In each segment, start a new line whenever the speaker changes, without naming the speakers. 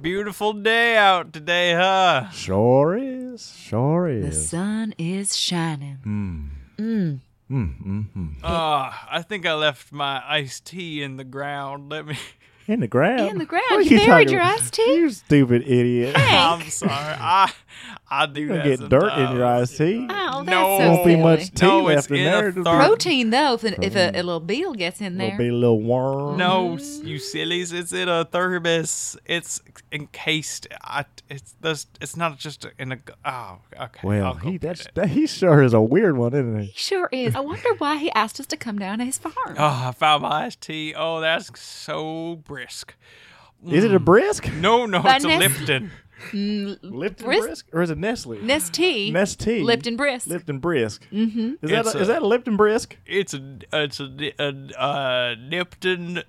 beautiful day out today, huh?
Sure is. Sure
The
is.
sun is shining.
Hmm,
Ah, I think I left my iced tea in the ground. Let me.
In the ground.
In the ground.
What are
You buried
talking
your
about?
iced tea?
You stupid idiot.
I'm sorry. I I do
You're
that.
gonna get dirt in your
sometimes.
iced tea.
Oh, that's
No.
so
Won't
silly.
be much tea
No, it's
left in
in a
there. It'll be-
third-
Protein though, if, if a, a little beetle gets in there.
It'll be a little worm.
No, s- you sillies. It's in a thermos. It's encased. I, it's this. It's not just in a. Oh, okay.
Well,
I'll go
he
get
that's
it.
that, he sure is a weird one, isn't he?
He sure is. I wonder why he asked us to come down to his farm.
Uh,
Oh, I found my iced tea. Oh, that's so brisk.
Is
Mm.
it a brisk?
No, no,
By
it's a
Nestle.
Lipton.
Lipton
Brisk?
or is it Nestle?
Nest tea.
Nest tea.
Lipton brisk.
Lipton brisk. Mm-hmm. Is that
It's
a,
a-
is that a Lipton brisk?
It's a it's a, a, uh Nipton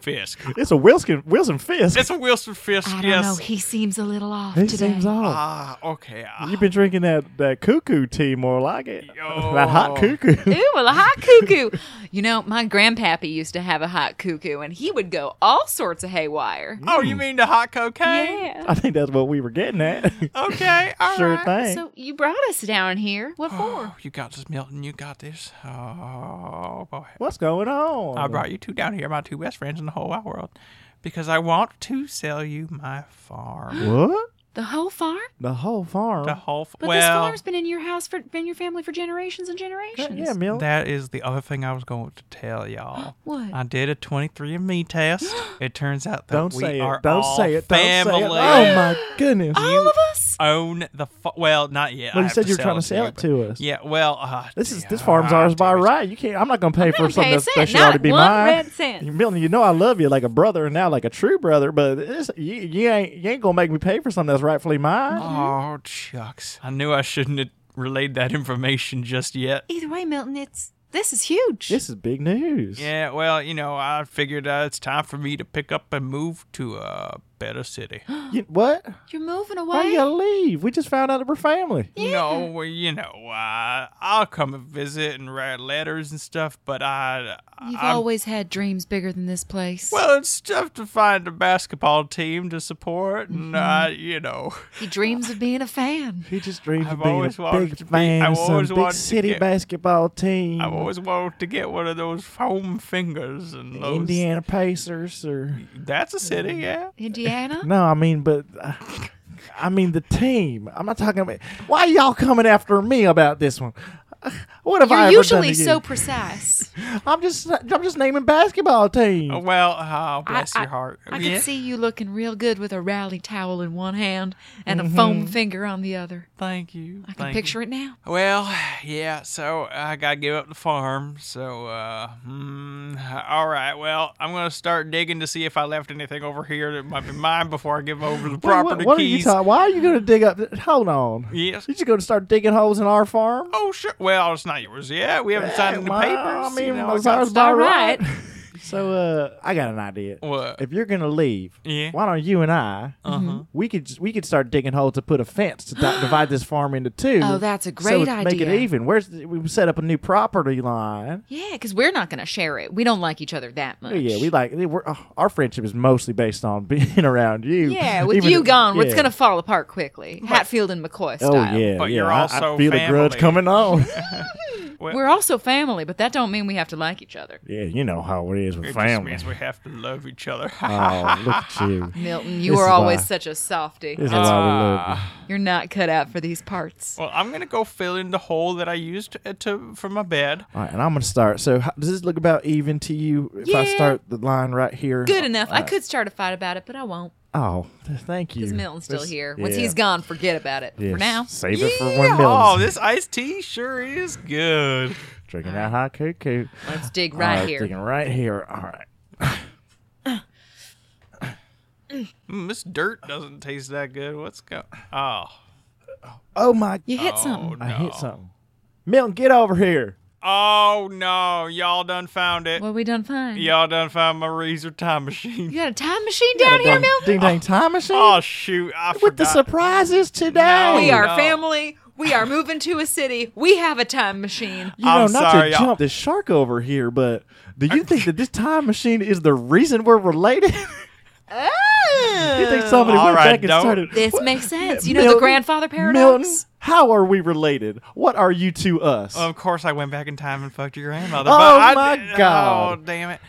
Fisk.
It's a Wilson Wilson Fisk.
It's a Wilson Fisk.
I don't know.
yes.
He seems a little off
he
today.
seems off.
Ah, okay. ah.
Mm.
You've been drinking that, that cuckoo tea more like it.
Yo.
That hot cuckoo.
Ooh, well, a hot cuckoo. you know, my grandpappy used to have a hot cuckoo, and he would go all sorts of haywire.
oh, you mean the hot cocaine?
Yeah.
I think that's what we were getting at.
Okay, all right.
sure thing.
So you brought us down here. What for?
Oh, you got this, Milton. You got this. Oh boy.
What's going on?
I brought you two down here, my two best friends in the whole wide world, because I want to sell you my farm.
What?
The whole farm?
The whole farm.
the whole f-
But this
well.
farm's been in your house for been your family for generations and generations.
yeah, Mill.
That is the other thing I was going to tell y'all.
What?
I did a 23andMe test. it turns out that
Don't
we
say
are
it. Don't
all
say it. Don't
family
say it. Oh my goodness.
all of us?
own the fa- well, not yet.
Well,
I
you
have
said
to
you were trying to sell it
but-
to us.
Yeah, well, uh,
This is this
yeah,
farm's ours by
dude.
right. You can't. I'm not gonna pay for
gonna
something
pay a
that's- that
cent,
should already
not
be
one
mine.
red cent.
You- Milton, you know I love you like a brother and now like a true brother, but this, you, you ain't you ain't gonna make me pay for something that's rightfully mine.
Oh chucks! I knew I shouldn't have relayed that information just yet.
Either way, Milton, it's this is huge.
This is big news.
Yeah, well, you know, I figured uh, it's time for me to pick up and move to a better city.
You- what?
You're moving
Why you
away.
gotta leave? We just found out that we're family.
No, well, you know, uh, I'll come and visit and write letters and stuff, but I,
You've
I'm
always had dreams bigger than this place.
Well, it's tough to find a basketball team to support,
Mm-hmm.
and uh, you know,
he dreams of being a fan.
He just dreams
I've
of being
always
a
wanted
big
to be-
fan
I've
of some
always
big
wanted to
city
get-
basketball team.
I've always wanted to get one of those foam fingers and those.
Indiana Pacers or
That's a city,
Mm-hmm.
yeah.
Indiana?
no, I mean, but uh, I mean the team. I'm not talking about. Why y'all coming after me about this one? Uh, What have I
You're
ever done
usually
to
so
you?
precise.
I'm just I'm just naming basketball teams.
Oh, Well, oh,
I-
bless
I,
your heart.
I
yeah.
can see you looking real good with a rally towel in one hand and
Mm-hmm.
a foam finger on the other.
Thank you.
I can picture it now.
Well, yeah. So I gotta give up the farm. So, uh, hmm, all right. Well, I'm gonna start digging to see if I left anything over here that might be mine before I give over the
What-
property
what, what
keys.
Are you talking? Why are you going to dig up? Hold on.
Yes.
You just going to start digging holes in our farm?
Oh, sure. Well, it's not yours yet. We haven't signed the
Well,
papers.
I mean,
you know, I
it's
got
ours
stuff.
by
All
right.
right.
So, uh, I got an idea.
What?
If you're going to leave,
Yeah. Uh-huh.
why don't you and I?
Mm-hmm.
We could just- we could start digging holes to put a fence to di- divide this farm into two.
Oh, that's a
so
great
it- Make it
idea.
even. Where's the, we set up a new property line?
Yeah, because we're not going to share it. We don't like each other that much.
Oh, Yeah, we like we're, oh, our friendship is mostly based on being around you.
Yeah, with
Even
you
if-
gone, it's
yeah.
going to fall apart quickly. Hatfield and McCoy
Oh
style.
yeah,
But
yeah.
you're
I- I
also
feel the grudge
family.
coming on.
We're also family, but that don't mean we have to like each other.
Yeah, you know how it is with
It just
family.
means we have to love each other.
oh, look at you.
Milton, you
This
are
is
always
why-
such a softy. Uh,
This is why we love
Ah.
You're not cut out for these parts.
well, I'm gonna go fill in the hole that I used to, to for my bed.
you. All right, and I'm gonna start. So, how, does this look about even to you if I
Yeah.
start the line right here?
Good enough.
Uh,
I could start a fight about it, but I won't
Oh, th- thank you.
because Milton's still
This-
here. Once
yeah.
he's gone, forget about it
Yes,
for now.
save it for
Yeah,
when
oh,
Milton's
this iced tea sure is good.
drinking that hot cuckoo.
Let's dig
All
right here.
Drinking right here. All right.
Mm, this dirt doesn't taste that good. What's go? Oh,
Oh my!
You hit
oh
something.
no!
I hit something. Milton, get over here.
Oh no! Y'all done found it.
Well, we done fine.
Y'all done found my razor time machine.
You got a time machine down here,
Ding-
Milton?
Ding dang time machine.
Oh shoot! I
With the
forgot.
surprises today.
No.
We are
no.
family. We are moving to a city. We have a time machine.
You know,
I'm
not
sorry,
to
y'all.
jump the shark over here, but do you think that this time machine is the reason we're related? You think somebody
All
went
right,
back and
don't-
started?
Uh, This
"What-
makes sense. You know the
Milton-
grandfather paradox?
Milton, how are we related? What are you to us?
Of course, I went back in time and fucked your grandmother.
Oh,
but I
my
did-
God.
Oh damn it!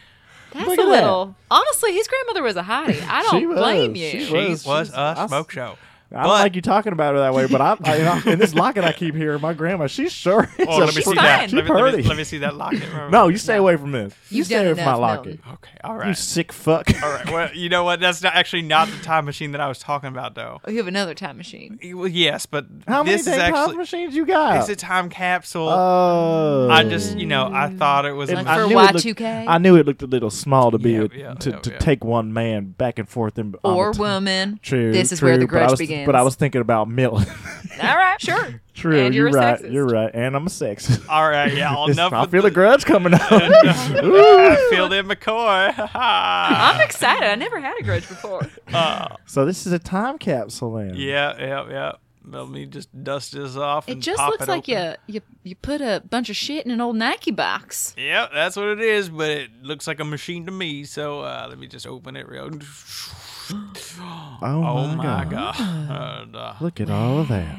That's
Look
a
at that.
little. Honestly, his grandmother was a hottie. I
She
don't blame
was.
you.
She
She
was-
was,
she's- I
a
s-
smoke show.
I don't
but-
like you talking about her that way, but I, I, you know, in this locket I keep hearing my grandma. She sure is
Oh,
a
let me
pr-
see
fine.
that.
She
Let me, let, me,
pretty.
let me see that locket.
No, you stay away from this. You
You've
stay
done
away from my
enough,
locket.
Milton.
Okay. All
You
right.
sick fuck.
All right. Well, you know what? That's not actually not the time machine that I was talking about, though.
Oh, you have another time machine.
Well, yes, but
How many
this
day
is
time
actually
machines you got?
it's a time capsule.
oh,
I just, you know, I thought it was.
Um, It-
a-
I
for
knew it
Y2K?
looked- I knew it looked a little small to be
Yeah,
a-
yeah,
to,
yeah,
to
yeah.
take one man back and forth and on
Or
the t-
woman.
True.
This is
true,
where the
but I
grudge
was-
begins.
But I was thinking about Milton.
All right, sure.
true.
And
you're,
you're a
right.
sexist.
You're right. And I'm a sexist.
all right. Yeah.
This-
enough.
I
with
feel
the-
a grudge coming up. Ooh.
Field in McCoy. Ha, ha.
I'm excited. I never had a grudge before.
Uh,
so this is a time capsule then.
yeah, yeah, yeah. Let me just dust this off.
It
and
just
pop
looks
it
like
open.
you, you you put a bunch of shit in an old Nike box.
Yep, that's what it is, but it looks like a machine to me. So uh, let me just open it real.
Oh,
Oh
my,
my
god.
god! And, uh,
Look at all of that.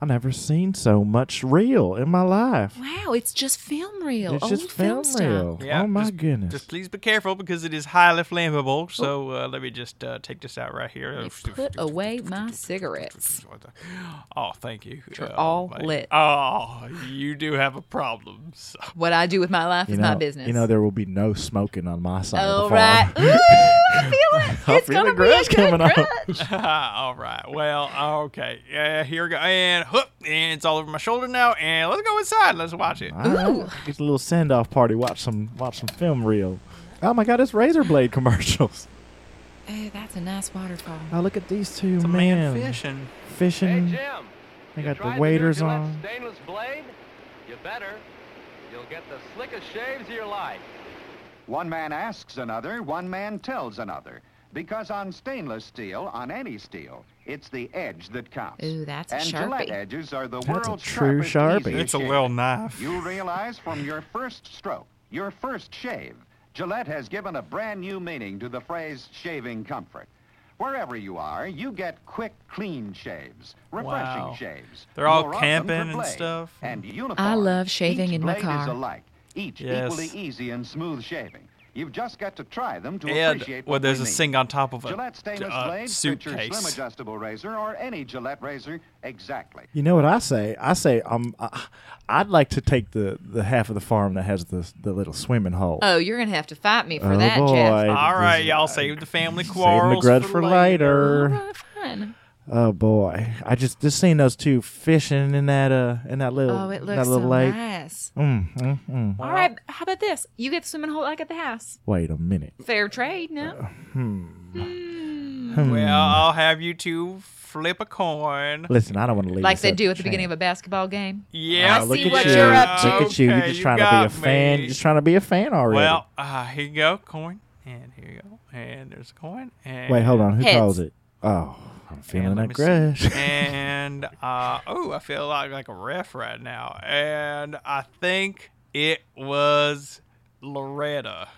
I never seen so much real in my life.
Wow, it's just film reel.
It's
old
just film
stuff.
real.
Yeah,
oh my
just-
goodness.
just please be careful because it is highly flammable. So uh, let me just uh, take this out right here.
You put away my cigarettes.
Oh, thank you.
are all
my-
lit.
Oh, you do have a problem. So.
What I do with my life
you
is
know,
my business.
You know there will be no smoking on my side
All
of the farm.
right. Ooh, I feel it.
I feel
It's
the
gonna be a
grudge
good
coming
grudge.
on.
all right. Well, okay. Yeah, here we go. And hook. And it's all over my shoulder now. And let's go inside. Let's watch it.
All right.
Ooh.
It's a little send off party. Watch some watch some film reel. Oh my god, it's razor blade commercials.
Oh, that's a nice waterfall.
Oh look at these two
It's a
man,
man fishing.
Hey
fishing.
Jim,
they
you
got
tried
the
new
waders
Gillette
on.
Stainless blade. You better. You'll get the slickest shaves of your life.
One man asks another, one man tells another. Because on stainless steel, on any steel, it's the edge that counts.
Ooh, that's a
and
Sharpie.
Gillette edges are the
That's a
world's
true
sharpest,
Sharpie.
easiest
It's a
shave.
well knife.
You realize from your first stroke, your first shave, Gillette has given a brand new meaning to the phrase shaving comfort. Wherever you are, you get quick, clean shaves, refreshing
Wow.
shaves.
They're all
more often per
camping and
blade,
stuff.
And uniform.
I love shaving
Each
in my
blade
car.
Is alike, each
Yes.
equally easy and smooth shaving. You've just got to try them to
And
appreciate
well,
what they
there's a
mean.
sink on top of a
Gillette stainless
uh,
blade fits your slim
suitcase.
adjustable razor or any Gillette razor exactly.
You know what I say? I say um, I, I'd like to take the, the half of the farm that has the the little swimming hole.
Uh,
Oh, you're gonna have to fight me for
Oh,
that,
boy.
Jeff.
All right,
This-
y'all save the family
Saving the
quarrels.
grudge for
All
later.
right, fine.
Oh boy, I just just seen those two fishing in that uh in that little
Oh, it
that
looks so
little lake.
nice.
Mm, mm, mm.
All right, how about this? You get the swimming hole like at the house.
Wait a minute.
Fair trade,
Uh,
no?
Well,
Hmm.
I'll have you two flip a coin.
Listen, I don't want to leave.
Like
this
they
up
do
to
at the beginning of
chance.
a basketball game.
Yeah,
Oh,
I
look
see
at
what
you.
you're up to.
Look at you. You're
Okay,
just
you
trying to be a
got
fan.
me.
You're just trying to be a fan already.
Well, uh, here you go, coin, and here you go, and there's a coin. And
wait, hold on. Who
Heads.
calls it? Oh, I'm feeling
And let
that
me
grudge.
see. And uh, oh, I feel like like a ref right now. And I think it was Loretta.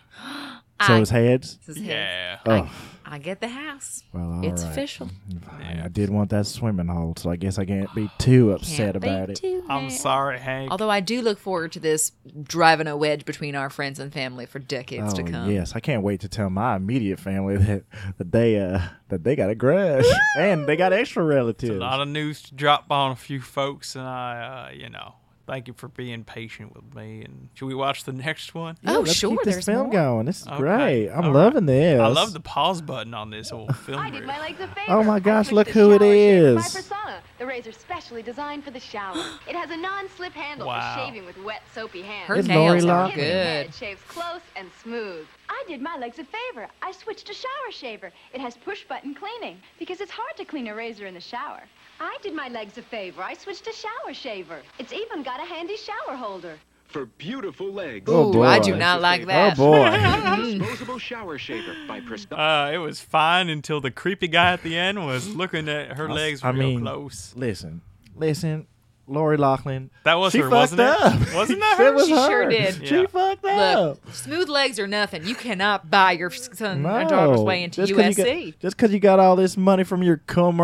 so
I,
it's heads.
this is his.
Yeah.
Oh,
I get the house.
well, all
it's
right.
official.
I, I did want that swimming hole, so I guess I can't be too upset
Can't be
about it.
too
I'm
mad.
sorry, Hank.
Although I do look forward to this driving a wedge between our friends and family for decades
Oh
to come.
yes, I can't wait to tell my immediate family that that they uh that they got a grudge and they got extra relatives.
a lot of news to drop on a few folks, and I, uh, you know, thank you for being patient with me. And should we watch the next one?
Yeah,
Oh,
let's
sure,
Keep this
there's
film
more.
going. This is
Okay,
great. I'm
all right.
loving this.
I love the pause button on this old film.
I did
reel.
my legs a favor.
Oh my
I
gosh,
switched
look
to
who it
shower shaver by
is.
Persona, the razor specially designed for the shower. It has a non-slip handle
Wow.
for shaving with wet, soapy hands.
Her
Is Lori
nails are
Loughlin-
good.
It shaves close and smooth. I did my legs a favor. I switched to shower shaver. It has push-button cleaning because it's hard to clean a razor in the shower. I did my legs a favor. I switched to shower shaver. It's even got a handy shower holder.
for beautiful legs.
Oh,
Ooh, I
boy.
do not like
Oh
that.
boy.
Disposable shower shaver by Presta.
Uh, it was fine until the creepy guy at the end was looking at her legs
I
real
mean,
close.
listen, listen. Lori Laughlin.
That was
she
her,
fucked
wasn't it?
up.
Wasn't that her?
It was
She sure
her.
did.
She
Yeah.
fucked up.
Look, smooth legs or nothing. You cannot buy your son or
No.
daughter's way into
Just 'cause you got-
USC.
just because you got all this money from your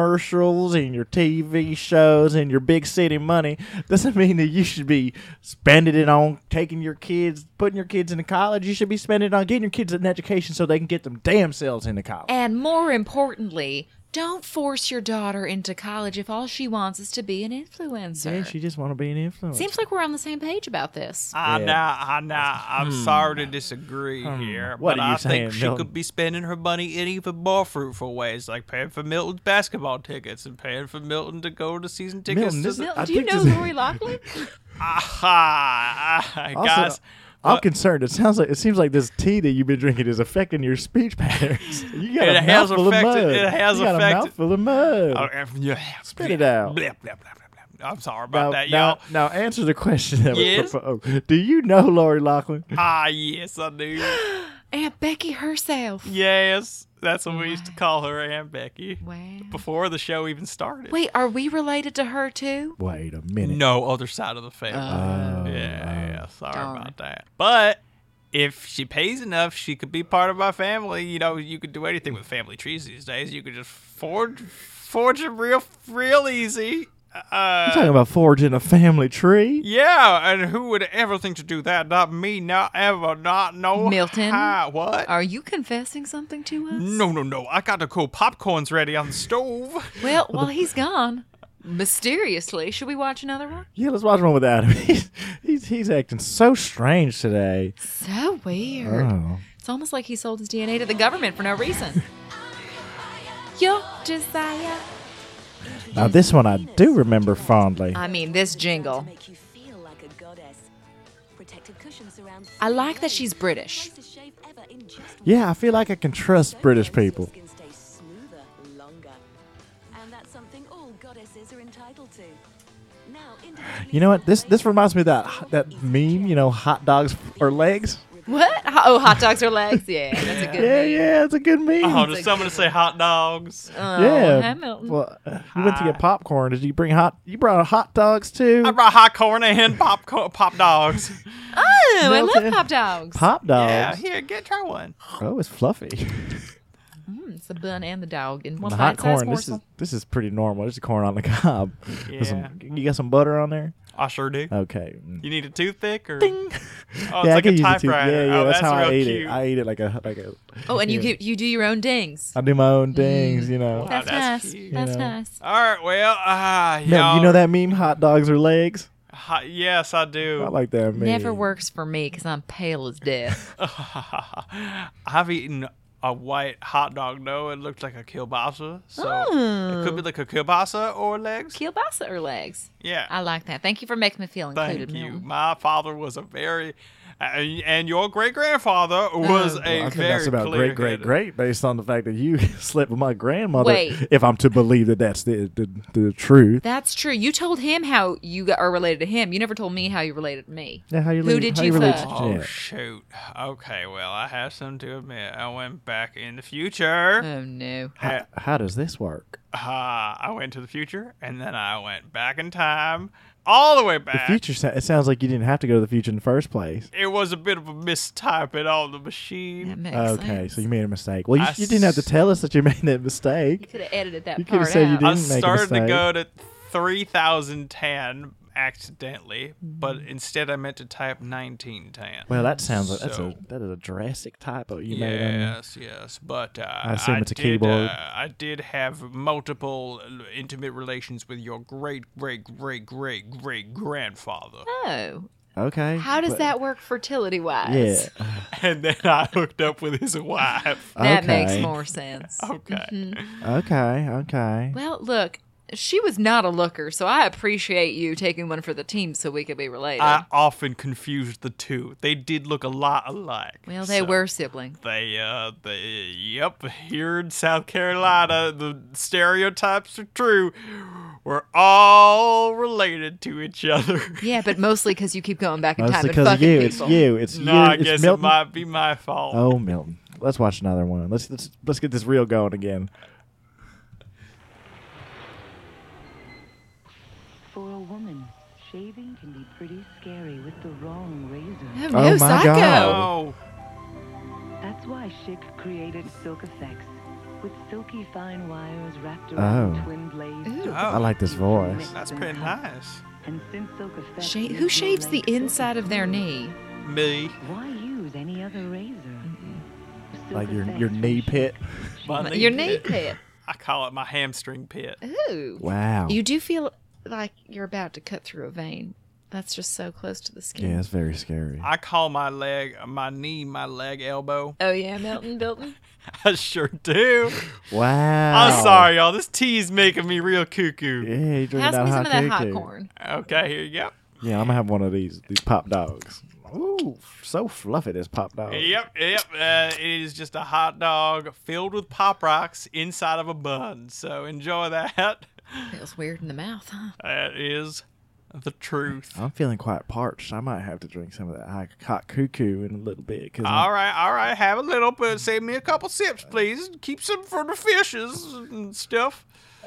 commercials and your TV shows and your big city money doesn't mean that you should be spending it on taking your kids, putting your kids into college. You should be spending it on getting your kids an education so they can get them damn selves into college.
And more importantly, don't force your daughter into college if all she wants is to be an influencer.
Yeah, she just want to be an influencer.
Seems like we're on the same page about this.
I
Yeah. hmm.
know, I know. I'm sorry to disagree here,
What
but
are you
I
saying,
think she
Milton?
could be spending her money in even more fruitful ways, like paying for Milton's basketball tickets and paying for Milton to go to season tickets.
Milton,
to
this
the-
is-
Milton,
I
do you
think
know
this-
Lori Loughlin?
Aha! I-
Also,
guys,
I'm
what-
concerned. It sounds like it seems like this tea that you've been drinking is affecting your speech patterns. You got
It
a
has
mouthful
affected-
of mud.
it has
you got
affected-
a mouthful of mud.
Oh, eh, yeah,
Spit it
bleh,
out.
bleh, bleh, bleh, bleh, bleh. I'm sorry
now,
about that,
now,
y'all.
now answer the question that
Yes?
was proposed. Do you know Lori Lachlan?
Ah, yes, I do.
Aunt Becky herself.
Yes, that's what we used to call her, Aunt Becky,
Wow.
before the show even started.
Wait, are we related to her too?
Wait a minute.
No other side of the family.
Oh.
yeah,
Oh.
yeah, sorry about that. But if she pays enough, she could be part of my family. You know, you could do anything with family trees these days. You could just forge, forge them real, real easy.
You're
Uh,
talking about forging a family tree.
yeah, and who would ever think to do that? Not me. Not ever. Not no.
Milton?
how. what?
Are you confessing something to us?
no, no, no. I got the cool popcorns ready on the stove.
Well, while he's gone, mysteriously, should we watch another one?
Yeah, let's watch one with Adam. He's he's, he's acting so strange today.
So weird.
Oh.
It's almost like he sold his DNA to the government for no reason. Your desire.
Now this one I do remember fondly.
I mean, this jingle.
make you feel like a goddess. Protective cushions around.
I like that she's British.
Fastest shave ever in just
Yeah, I feel like I can trust British people.
Skin stays smoother longer, and that's something all goddesses are entitled to. Now, individually
You know what? This this
celebrate-
reminds me of that that meme. You know, hot dogs or legs.
What? Ho- Oh, hot dogs are legs? Yeah, that's a good
Yeah,
name.
yeah, it's a good meme.
Oh, does someone say hot dogs?
Oh,
yeah.
hi, Milton.
Well, uh, you went to get popcorn. Did you bring hot? You brought hot dogs too.
I brought hot corn and popcorn, pop dogs.
Oh, I
Milton.
love pop dogs.
Pop dogs.
Yeah, here, get try one.
Oh, it's fluffy.
Mm, it's the bun and the dog in one
the hot
bite-sized
corn. This is
morsel.
this is pretty normal. This is corn on the cob. With some- you got some butter on there?
I sure do.
Okay. Mm.
You need a toothpick or? Oh, it's
yeah, I
like a
can use it too.
typewriter.
Yeah, yeah,
oh,
that's,
that's,
how
real
I eat
cute.
it. I eat it like a like a.
Oh, and you
yeah.
keep, you do your own dings.
I do my own things, you know.
Wow.
That's,
that's
nice.
cute.
That's
You know.
nice.
All right, well, ah,
No,
y'all-
you know that meme, hot dogs or legs.
Hi- yes, I do.
I like that meme.
Never works for me because I'm pale as death.
I've eaten a white hot dog though. It looked like a kielbasa, so it could be like a kielbasa or legs.
Kielbasa or legs?
yeah,
I like that. Thank you for making me feel included.
thank you.
Milton.
My father was a very, uh, and your great grandfather was
Oh.
a
I think
very
that's about great, great,
clear-headed-
great, based on the fact that you slept with my grandmother.
Wait.
If I'm to believe that that's the the, the truth.
That's true. You told him how you got, are related to him. You never told me how you related to me.
Yeah, how you
Who
relate-
did
how
you
relate
fuck?
to-
Oh
yeah.
shoot. Okay, well I have something to admit. I went back in the future.
Oh no.
How, how does this work?
Ah, I went to the future and then I went back in time. All the way
The
back.
future. sa- It sounds like you didn't have to go to the future in the first place.
It was a bit of a mistyping on the machine.
That makes
Okay,
sense.
so you made a mistake. Well, you,
I
you didn't have to tell us that you made that mistake.
could have edited that
You coulda
part
said you
out.
didn't.
I
make a
started to
mistake.
go to 3010 accidentally, but instead I meant to type 1910.
Mm-hmm. Well, that sounds like that's a
So-
that is a drastic typo you made. on there.
Yes, yes, but uh, I
assume it's a
did,
keyboard.
uh, I did have multiple uh, intimate relations with your great, great, great, great, great grandfather,
Oh.
Okay.
How does
but-
that work fertility
Yeah.
wise?
and then I hooked up with his wife.
That
Okay.
makes more sense.
Okay,
Mm-hmm.
Okay. Okay.
Well, look, she was not a looker, so I appreciate you taking one for the team so we could be related.
I often confused the two. They did look a lot alike.
well, they
so
were siblings.
They, uh, they, yep, here in South Carolina, the stereotypes are true. We're all related to each other.
Yeah, but mostly because you keep going back in
Mostly
time and
because of
fucking
you.
people.
It's you. It's
no,
you.
I
it's
guess
Milton.
it might be my fault.
Oh, Milton. Let's watch another one. Let's let's let's get this reel going again.
For a woman Shaving can be pretty scary with the wrong razor.
Oh,
Oh
no,
my
psycho.
God.
Oh,
That's why Schick created Silk Effects, with silky fine wires wrapped
Oh.
around twin blades.
Ooh.
Oh.
I like this voice.
that's pretty nice.
And since Silk Effects
Sha-
is
who
your
shaves the
light silk
inside of their
material,
knee?
Me.
Why use any other razor? Silk
Like your
Effects
your
from
knee
Schick.
pit.
My knee
Your knee
pit.
pit.
I call it my hamstring pit.
Ooh.
Wow.
You do feel like you're about to cut through a vein. That's just so close to the skin.
Yeah, it's very scary.
I call my leg, my knee, my leg, elbow.
Oh yeah, Milton Bilton.
I sure do.
Wow.
I'm sorry, y'all. This tea is making me real cuckoo.
Yeah, you drinking
Pass
that
me some
hot
of that hot
cookie.
corn.
Okay, here you go.
Yeah, I'm gonna have one of these these pop dogs. Ooh, so fluffy this pop dog.
Yep, yep. Uh, it is just a hot dog filled with pop rocks inside of a bun. So enjoy that.
Feels weird in the mouth, huh?
That is the truth.
I'm feeling quite parched. I might have to drink some of that hot, hot cuckoo in a little bit. Cause
All right, all right. Have a little, but save me a couple sips, please. Keep some for the fishes and stuff.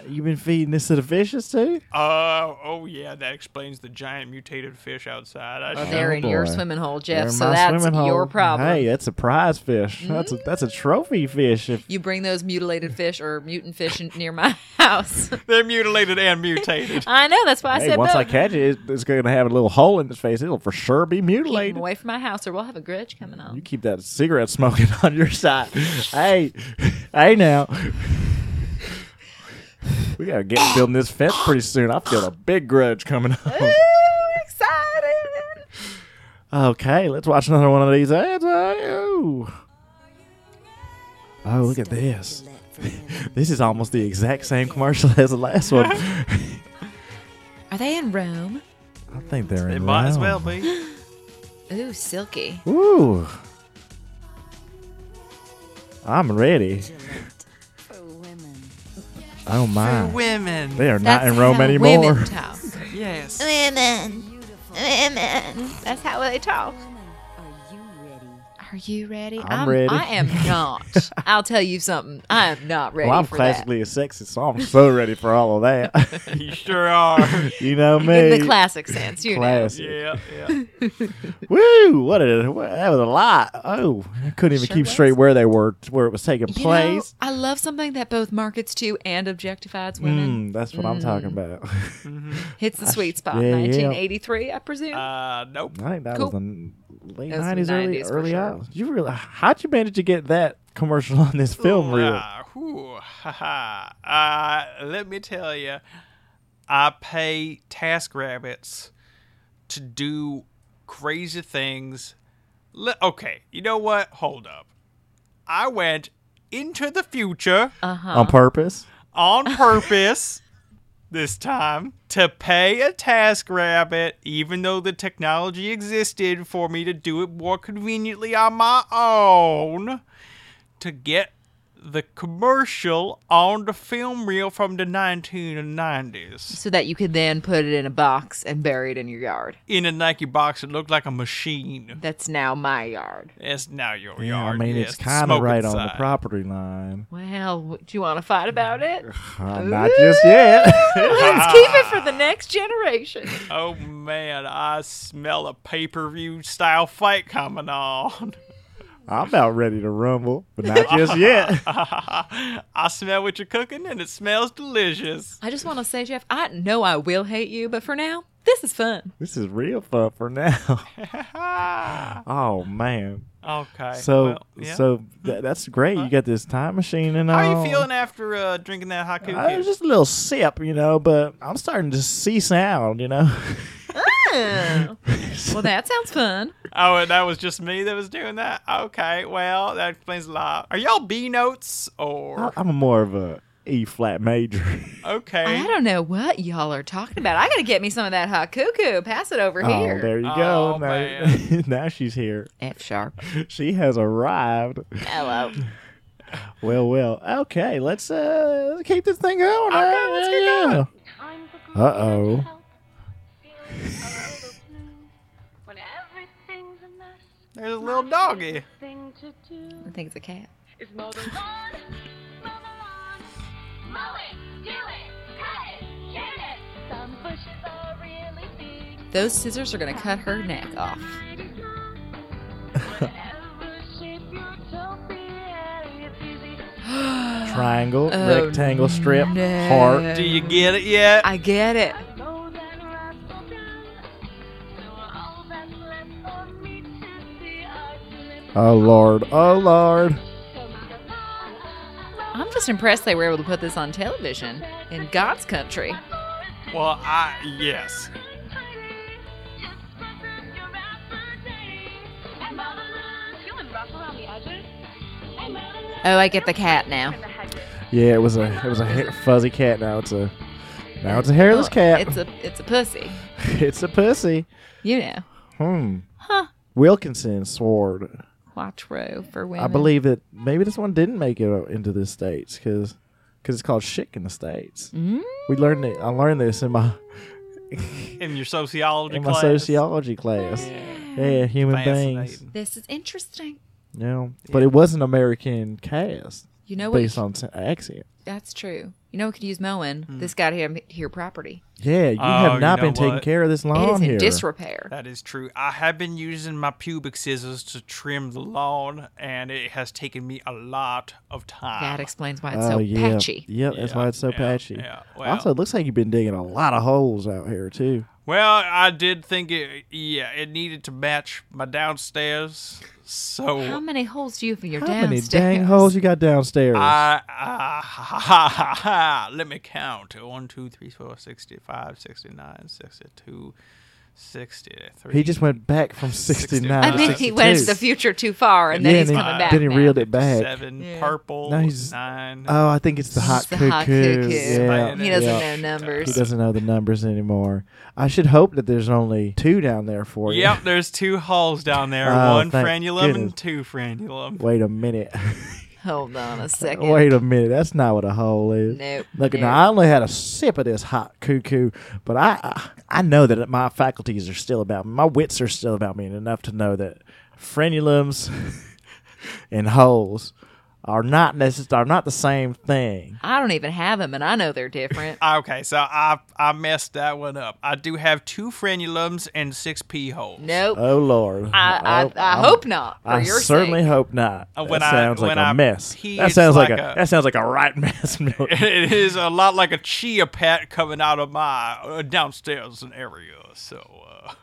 you've been feeding this to the fishes too.
Uh, oh yeah, that explains the giant mutated fish outside. I
Oh,
sure-
They're in your
boy.
swimming hole, Jeff.
They're in
so
my
that's
swimming hole.
your problem. Mm.
Hey, that's a prize fish. That's a that's a trophy fish. If
You bring those mutilated fish or mutant fish in, near my house.
They're mutated and mutated.
I know. That's why I
hey,
said
once I
both.
catch it, it, it's gonna have a little hole in its face. It'll for sure be
Keep 'em
mutilated.
away from my house, or we'll have a grudge coming on.
You keep that cigarette smoking on your side. hey, hey now. We gotta get building this fence pretty soon. I feel a big grudge coming up.
excited!
Okay, let's watch another one of these ads. Oh, oh look at this. This is almost the exact same commercial as the last one. I
Are they in Rome?
think they're in.
It might as well
Rome.
be.
Ooh, silky.
Ooh, I'm ready.
For women.
Oh my,
Women.
they are not
That's
in Rome
how
anymore.
Women talk.
Yes.
That's how they talk.
Women, are you ready?
Are you ready?
I'm ready.
I am not. I'll tell you something. I am not ready
Well, I'm
for
classically a sexist, so I'm so ready for all of that.
You sure are.
you know
that.
me.
In the classic sense, you know.
Classic.
yeah, yeah.
Woo! What a what, that was a lot. Oh, I couldn't even
Sure
keep
was.
straight where they were, where it was taking
You know,
place.
I love something that both markets to and objectifies women.
Mm, that's what I'm talking about.
Hits the sweet spot.
yeah, yeah.
1983, I presume.
Uh, nope.
I think that
Cool.
was in late
That's
90s, early
90s for
early
sure.
out. You really, how'd you manage to get that commercial on this film
Ooh,
uh-huh.
reel?
ah, whew, ha, ha. Uh, let me tell you, I pay task rabbits to do crazy things. Le- okay, you know what? Hold up. I went into the future
On purpose?
on purpose this time to pay a task rabbit even though the technology existed for me to do it more conveniently on my own to get the commercial on the film reel from the 1990s
so that you could then put it in a box and bury it in your yard.
in a Nike box it looked like a machine
That's now my yard.
it's now your
Yeah, I
yard
mean,
Yes,
it's kind of
smoke
right on the
inside.
property line.
Well, w- do you want to fight about it?
Uh, not just yet.
Let's keep it for the next generation.
oh man i smell a pay-per-view style fight coming on
I'm about ready to rumble, but not just yet.
I smell what you're cooking and it smells delicious.
I just want to say, Jeff, I know I will hate you, but for now, this is fun.
This is real fun for now. oh man.
Okay.
So
well, yeah.
so tha- that's great. You got this time machine and all.
how are you feeling after uh, drinking that hot cookie?
I was just a little sip, you know, but I'm starting to see sound, you know.
Oh. Well, that sounds fun.
oh, and that was just me that was doing that. Okay. Well, that explains a lot. Are y'all B notes
I-
or
I'm more of a E flat major.
okay?
I don't know what y'all are talking about. I got to get me some of that hot cuckoo. Pass it over
oh,
here.
there you
Oh,
go. Now,
man.
now she's here.
F sharp.
She has arrived.
Hello.
Well, well. Okay, let's uh let's keep this thing going.
Okay, let's get going.
Uh oh.
When everything's a mess,
There's a little doggy.
thing to do
I think it's a cat.
is mow the lawn, mow the lawn. Mow it, do it, cut it, can it. Some bushes are really big,
Those scissors are going to cut her neck off.
Triangle,
Oh,
rectangle, strip,
no.
heart.
Do you get it yet?
I get it.
Oh Lord, oh Lord.
I'm just impressed they were able to put this on television in God's country.
Well, I yes.
Oh, I get the cat now.
Yeah, it was a it was a ha- fuzzy cat. Now it's a now it's a hairless
Oh,
cat.
It's a it's a pussy.
it's a pussy.
You know.
Hmm. Wilkinson sword.
Quattro for women.
I believe that maybe this one didn't make it o- into the states because it's called chic in the states.
Mm.
We learned it. I learned this in my
In your sociology
in my
class.
sociology class. Yeah, human beings.
Fascinating.
This is interesting.
Yeah, but it was an American cast
You know what?
based on s- accent.
That's true. You know, we could use Moen.
Hmm.
This got here here property.
Yeah, you
Oh,
have
you
not
know
been taking
what?
care of this
It is
lawn
in
here.
disrepair.
That is true. I have been using my pubic scissors to trim the lawn, and it has taken me a lot of time.
That explains why it's
Oh
so
yeah,
patchy.
yep. That's why
Yeah,
it's so
yeah,
patchy.
yeah.
also, it looks like you've been digging a lot of holes out here too.
Well, I did think it. Yeah, it needed to match my downstairs,
How
so
many holes do you have in your
How many
downstairs?
dang holes you got downstairs?
I, I ha, ha, ha, ha, let me count: one, two, three, four, sixty-five, sixty-nine, sixty-two, sixty-three.
he just went back from
Sixty-
sixty nine.
I
I think he went into the future too far, and then
Yeah,
he's
and he-
coming back.
then he
now.
reeled it back.
Seven purple.
No, he's-
nine.
Oh, I think it's the hot
It's the hot
cuckoo.
cuckoo.
Yeah,
He
He doesn't
yeah.
Yeah.
know numbers.
He doesn't know the numbers anymore. I should hope that there's only two down there for you.
Yep, there's two holes down there.
Oh,
One
thank
frenulum
goodness.
and two frenulum.
Wait a minute.
Hold on a second.
Wait a minute. That's not what a hole is.
Nope,
Look,
nope.
now I only had a sip of this hot cuckoo, but I, I I know that my faculties are still about me. My wits are still about me and enough to know that frenulums and holes are not necess- are not the same thing.
I don't even have them, and I know they're different.
Okay, so I I messed that one up. I do have two frenulums and six pee holes.
nope.
Oh Lord.
I,
Oh,
I, I
I'm-
hope not. For
I
your
certainly
sake.
hope not.
Uh,
That
when I-
sounds like
when
a
I
mess.
pee,
That
it's
sounds like,
like
a,
a-
that sounds like a right mess. Milton.
It is a lot like a chia pet coming out of my uh, downstairs area. So uh,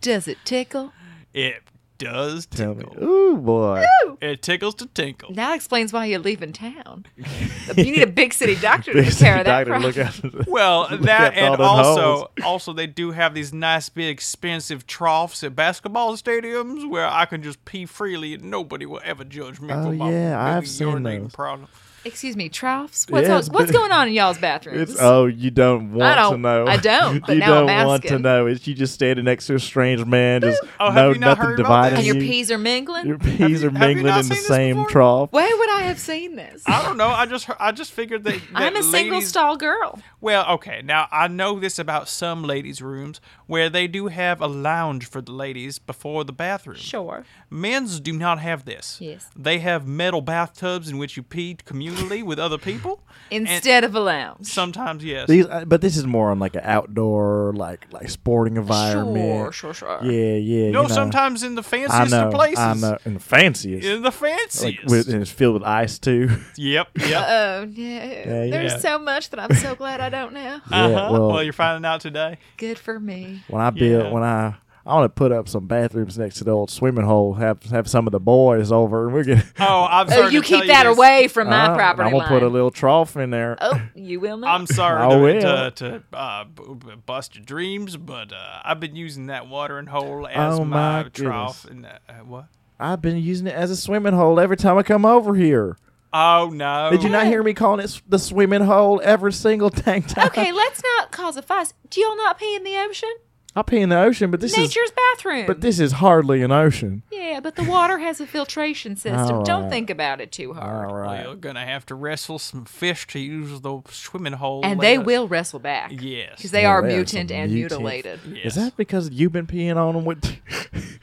Does it tickle?
it does
Tell me.
tickle.
Ooh boy.
It tickles to tinkle.
That explains why you're leaving town. you need a big city doctor to
Big
take
city
care of that
doctor,
problem.
look out.
Well,
Look
that
at all
and
them
also
holes.
also they do have these nice big expensive troughs at basketball stadiums where I can just pee freely and nobody will ever judge me
Oh,
for my
yeah, I've
big
seen
urinating
those.
problem.
Excuse me, troughs. What's
Yeah,
all-
it's
what's
been-
going on in y'all's bathrooms?
It's oh, you don't want to
don't-
know.
I don't, but
you
now I'm
don't want to
asking.
know. It's you just standing next to a strange man, just
Oh, have
no
you not
nothing
heard about this?
dividing
and your
you.
peas are mingling.
Your peas
you-
are
have you
mingling
not
in the
seen this
same
before?
trough.
Where would I have seen this?
I don't know. I just heard- I just figured that, that
I'm a single
ladies-
stall girl.
Well, okay. Now I know this about some ladies' rooms where they do have a lounge for the ladies before the bathroom.
Sure.
Men's do not have this.
Yes.
They have metal bathtubs in which you pee communally with other people. and
Instead of a lounge.
sometimes yes.
These, uh, but this is more on like an outdoor, like like sporting environment.
Sure, sure, sure.
Yeah, yeah.
no,
you know.
sometimes in the fanciest
I know,
of places.
I know, and the fanciest.
In the
like
fanciest.
with, and it's filled with ice too.
yep. Yep.
Oh no! There's
yeah.
so much that I'm so glad I don't know.
Yeah,
uh-huh.
well-
well, you're finding out today.
Good for me.
when I build, when I I want to put up some bathrooms next to the old swimming hole. Have have some of the boys over, and we're gonna.
Oh, I'm sorry.
Oh, you
to
keep
tell
that
this.
away from my
Uh,
property
I'm gonna
line.
put a little trough in there.
oh, you will not.
I'm sorry
I
to,
will.
to, to uh, b- b- bust your dreams, but uh, I've been using that watering hole as
Oh,
my,
my
trough.
goodness.
And, uh, uh, what?
I've been using it as a swimming hole every time I come over here.
Oh no!
Did you not hear me calling it s- the swimming hole every single dang time?
okay, let's not cause a fuss. Do y'all not pee in the ocean?
I pee in the ocean, but this is
Nature's bathroom.
but this is hardly an ocean.
yeah, but the water has a filtration system.
All
Don't
right.
think about it too hard.
All
Well,
right.
You're gonna have to wrestle some fish to use the swimming hole,
And they
later.
will wrestle back.
Yes.
Because they
Yeah,
are
they are
mutant
some
and
mutants.
mutilated.
Yes.
Is that because you've been peeing on them with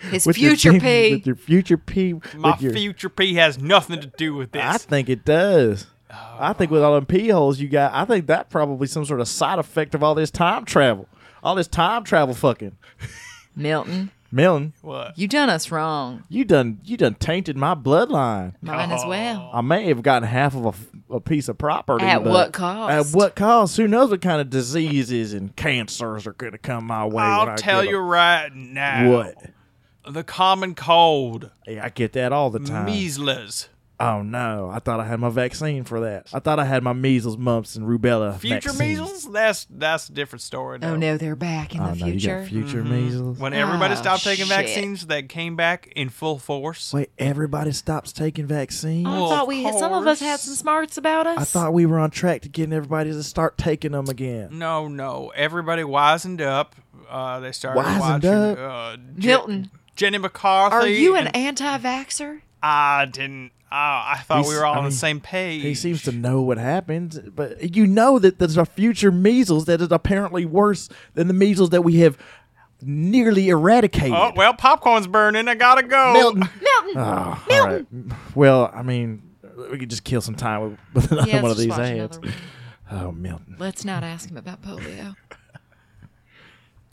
His
with your
future
demon-
pee.
With your future pee.
My
with your,
future pee has nothing to do with this.
I think it does.
Oh.
I think with all them pee holes you got, I think that probably some sort of side effect of all this time travel. all this time travel fucking.
Milton,
Milton,
What?
you done us wrong.
you done you done tainted my bloodline.
Mine
Oh,
as well.
I may have gotten half of a f- a, piece of property.
At
but
what cost?
At what cost? Who knows what kind of diseases and cancers are going to come my way? when I
I'll tell
get
you
a-
right now.
what.
The common cold,
Yeah, I get that all the time.
measles,
oh no! I thought I had my vaccine for that. I thought I had my measles, mumps, and rubella.
future
vaccines.
measles. That's that's a different story.
Oh
though.
no, they're back in
Oh
the
no! You
future.
got future measles.
Mm-hmm. When everybody
Oh,
stopped taking
shit.
vaccines, that came back in full force.
Wait, everybody stops taking vaccines.
Oh.
I thought we some of us had
course.
some smarts about us.
I thought we were on track to getting everybody to start taking them again.
No, no. Everybody wisened up. Uh, they started
Wisened
watching.
up?
Uh, Je-
Milton,
Jenny McCarthy.
are you an
and-
anti-vaxer?
I didn't. I I thought
He's-
we were all
I
on
mean,
the same page.
He seems to know what happens, but you know that there's a future measles that is apparently worse than the measles that we have nearly eradicated.
Oh well, popcorn's burning. I gotta go.
Milton.
Milton,
Oh, all right. Well, I mean, we could just kill some time with, with another
Yeah,
one
let's
of these
just watch
ads.
another one.
Oh, Milton.
Let's not ask him about polio.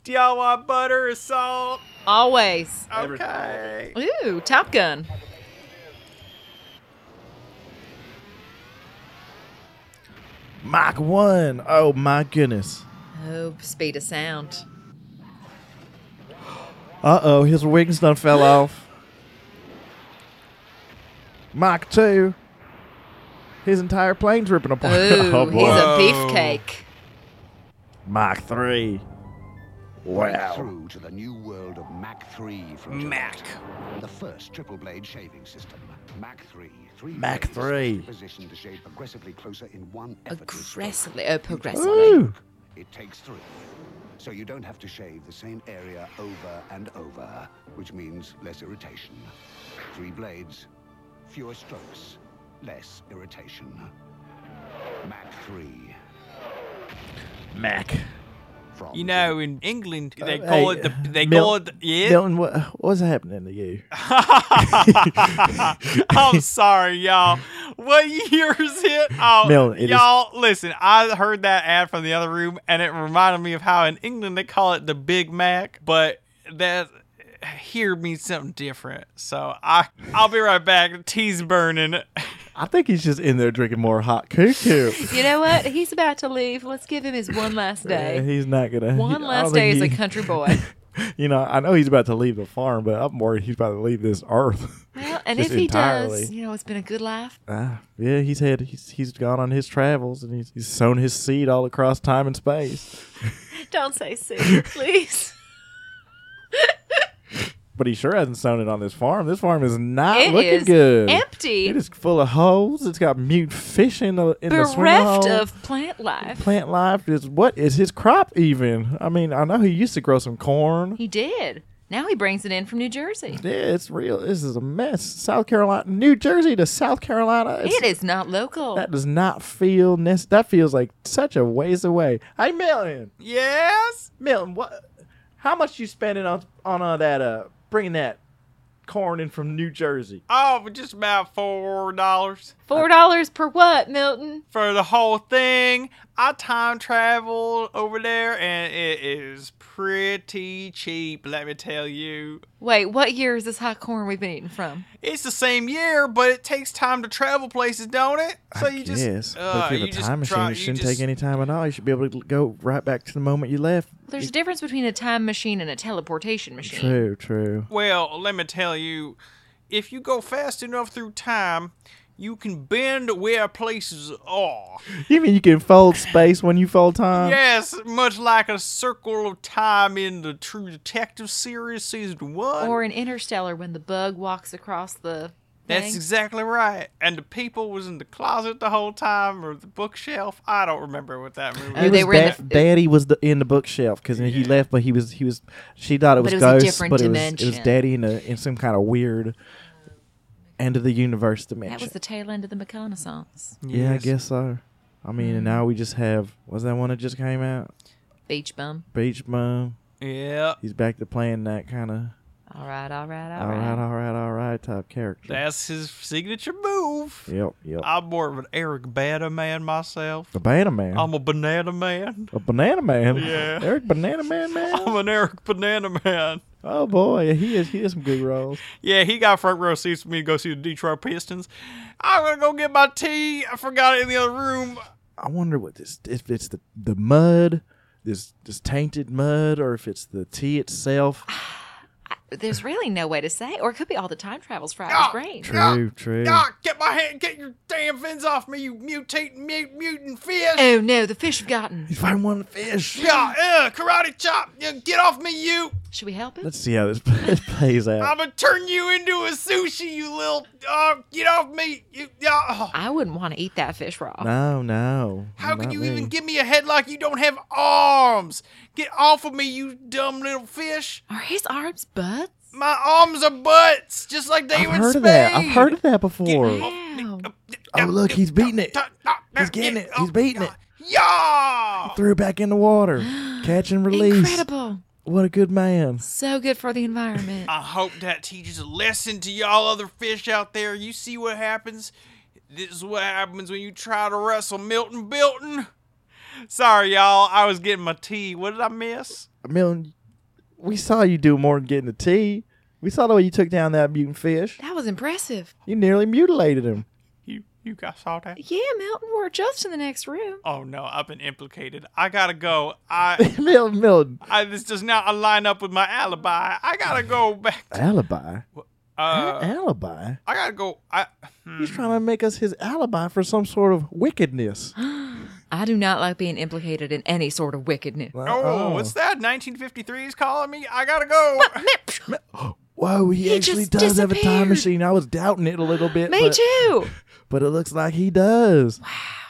Do y'all want butter or salt?
Always.
Okay.
Ooh, Top Gun.
Mach 1. Oh, my goodness.
Oh, speed of sound.
Uh oh, his wings done fell off. Mach 2. His entire plane's ripping apart. Oh,
Ooh, Oh. he's
boy.
Whoa.
a beefcake.
Mach 3. Wow.
Through to the new world of Mac 3 from Gillette.
Mac.
The first triple blade shaving system. Mac 3. three
Mac
blades
3.
Positioned to shave progressively closer in one effort and stroke.
Aggressively. Oh, progressively.
Ooh.
It takes three. So you don't have to shave the same area over and over, which means less irritation. Three blades, fewer strokes, less irritation. Mac 3.
Mac.
From
You know, in England, they
Uh,
call
hey,
it the. They
Mil-
call it. The, yeah.
Milton, what, what's happening to you?
I'm sorry, y'all. What year is it? Oh,
Milton, it is-
y'all, listen. I heard that ad from the other room, and it reminded me of how in England they call it the Big Mac, but that here means something different. So I, I'll be right back. The tea's burning.
I think he's just in there drinking more hot cuckoo.
You know what? He's about to leave. Let's give him his one last
Uh,
day.
he's not gonna. I
One
don't
last
think
day as a
he-
country boy.
You know, I know he's about to leave the farm, but I'm worried he's about to leave this earth.
Well, and
Just
if he
entirely.
does, you know, it's been a good life.
Ah, yeah, he's had he's he's gone on his travels and he's, he's sown his seed all across time and space.
Don't say soon, please.
But he sure hasn't sown it on this farm. This farm is not
It
looking
is
good.
empty.
It is full of holes. It's got mute fish in the in the swimming
Bereft
hole.
of plant life.
plant life. Is what is his crop even? I mean, I know he used to grow some corn.
He did. Now he brings it in from New Jersey.
Yeah, it's real. This is a mess. South Carolina, New Jersey to South Carolina. It's,
It is not local.
That does not feel nec- That feels like such a ways away. Hey, Milton,
yes.
Milton, what? How much you spending on on uh, that? Uh, bringing that corn in from New Jersey.
Oh, but just about four dollars
Four dollars per what, Milton?
for the whole thing. I time traveled over there, and it is pretty cheap. Let me tell you.
Wait, what year is this hot corn we've been eating from?
It's the same year, but it takes time to travel places, don't it? So you just
yes,
uh,
but if you have a
just
time machine,
try-
you shouldn't
just-
take any time at all. You should be able to go right back to the moment you left.
There's a difference between a time machine and a teleportation machine.
True, true.
Well, let me tell you, if you go fast enough through time, you can bend where places are.
You mean you can fold space when you fold time?
yes, much like a circle of time in the True Detective series, season one.
Or an interstellar when the bug walks across the.
That's
thing.
exactly right. And the people was in the closet the whole time, or the bookshelf. I don't remember what that movie.
Oh,
It was
they were in
Dad-
the-
Daddy was the, in the bookshelf because he left, but he was he was. She thought it was,
it was a
ghosts,
different
but it was it was
dimension.
Daddy in a, in some kind of weird end of the universe dimension.
That was the tail end of the Mm. reconnaissance.
yeah, I guess so. I mean, and now we just have was that one that just came out?
Beach bum.
Beach Bum.
Yeah.
He's back to playing that kind of
All right, all right,
All right, all right, all right, type character.
That's his signature move.
Yep, yep.
I'm more of an Eric Bana man myself.
a banana man.
I'm a banana man.
a banana man.
Yeah.
Eric Banana Man, man.
I'm an Eric Banana man.
Oh boy, he is he has some good roles.
Yeah, he got front row seats for me to go see the Detroit Pistons. I'm gonna go get my tea. I forgot it in the other room.
I wonder what this if it's the the mud, this this tainted mud, or if it's the tea itself.
Ah,
There's really no way to say, or it could be all the time travels fried
Ah,
with grain.
True, true.
Ah, get my hand, get your damn fins off me, you mutate, mute, mutant fish.
Oh no, the fish have gotten.
He's fighting one of the fish.
Yeah, uh, karate chop. Yeah, get off me, you.
Should we help him?
Let's see how this this plays
I'm
out.
gonna turn you into a sushi, you little. Uh, get off me. You, uh,
I wouldn't want to eat that fish raw.
No, no.
Um, how can
not
you
me.
even give me a headlock? You don't have arms. Get off of me, you dumb little fish.
Are his arms butts?
My arms are butts, just like they
I've
were
heard of that. I've heard of that before.
Wow.
Oh, look, he's beating it. He's getting it. He's beating it.
Yeah.
Threw it back in the water. Catch and release.
Incredible.
What a good man.
So good for the environment.
Ah.
I hope that teaches a lesson to y'all other fish out there. You see what happens? This is what happens when you try to wrestle Milton Bilton. Sorry, y'all. I was getting my tea. What did I miss?
I mean, we saw you do more than getting the tea. We saw the way you took down that mutant fish.
That was impressive.
You nearly mutilated him.
You you guys saw that?
Yeah, Milton, we're just in the next room.
Oh no, I've been implicated. I gotta go. I,
Milton, Milton.
I this does not align up with my alibi. I gotta go back. To,
Alibi.
uh,
alibi.
I gotta go. I hmm.
He's trying to make us his alibi for some sort of wickedness.
I do not like being implicated in any sort of wickedness.
oh, what's that? 1953 is calling me. I gotta go.
Whoa, he,
He
actually
just
does have a time
disappeared.
machine. I was doubting it a little bit.
Me
but,
too.
but it looks like he does. Wow.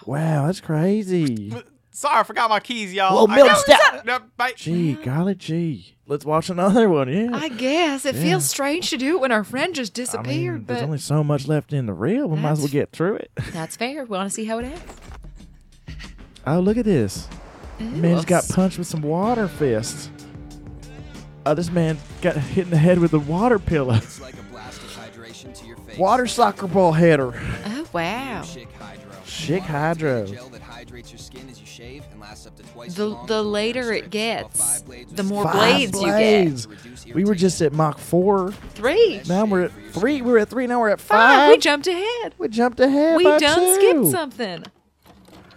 Wow, that's crazy.
Sorry, I forgot my keys, y'all.
Whoa,
I
Milton,
gotta-
stop.
Nope, bye.
Gee, golly gee. Let's watch another one, yeah.
I guess it feels strange to do it when our friend
I
just
mean,
disappeared, but
there's only so much left in the reel. We might as well
That's-
get through it.
that's fair. We want to see how it ends.
Oh, look at this. Man just got punched with some water fists. Oh, this man got hit in the head with a water pillow.
It's like a blast of hydration to your face.
Water soccer ball header.
Oh wow.
Chick Hydro.
Chick
Water is a
Hydro.
Gel that hydrates your skin as you shave and lasts up to twice as
The
long as
the
a
later
hair
it
strip, while
gets,
five blades
the
are
more
Five
blades, you
blades.
Reduce
We were just at Mach 4.
get. Three.
Now we're at 3. We were at 3. Now we're at 5.
Five. We jumped ahead.
We jumped ahead.
We
by
done
two.
skipped something.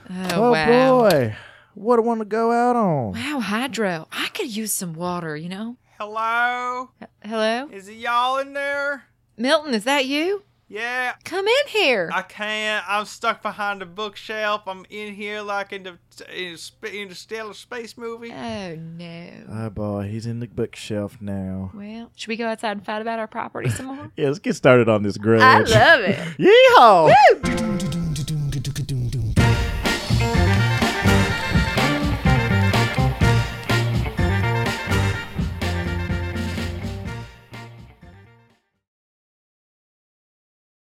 Oh,
Oh,
wow.
boy. What a one to go out on.
Wow, Hydro. I could use some water, you know?
Hello?
Hello?
Is it y'all in there?
Milton, is that you?
Yeah,
Come in here.
I can't. I'm stuck behind a bookshelf. I'm in here like in the in the sp- interstellar space movie.
Oh, no.
Oh, boy. He's in the bookshelf now.
Well, should we go outside and fight about our property some more?
Yeah, let's get started on this grudge.
I love it.
Yeehaw!
Woo!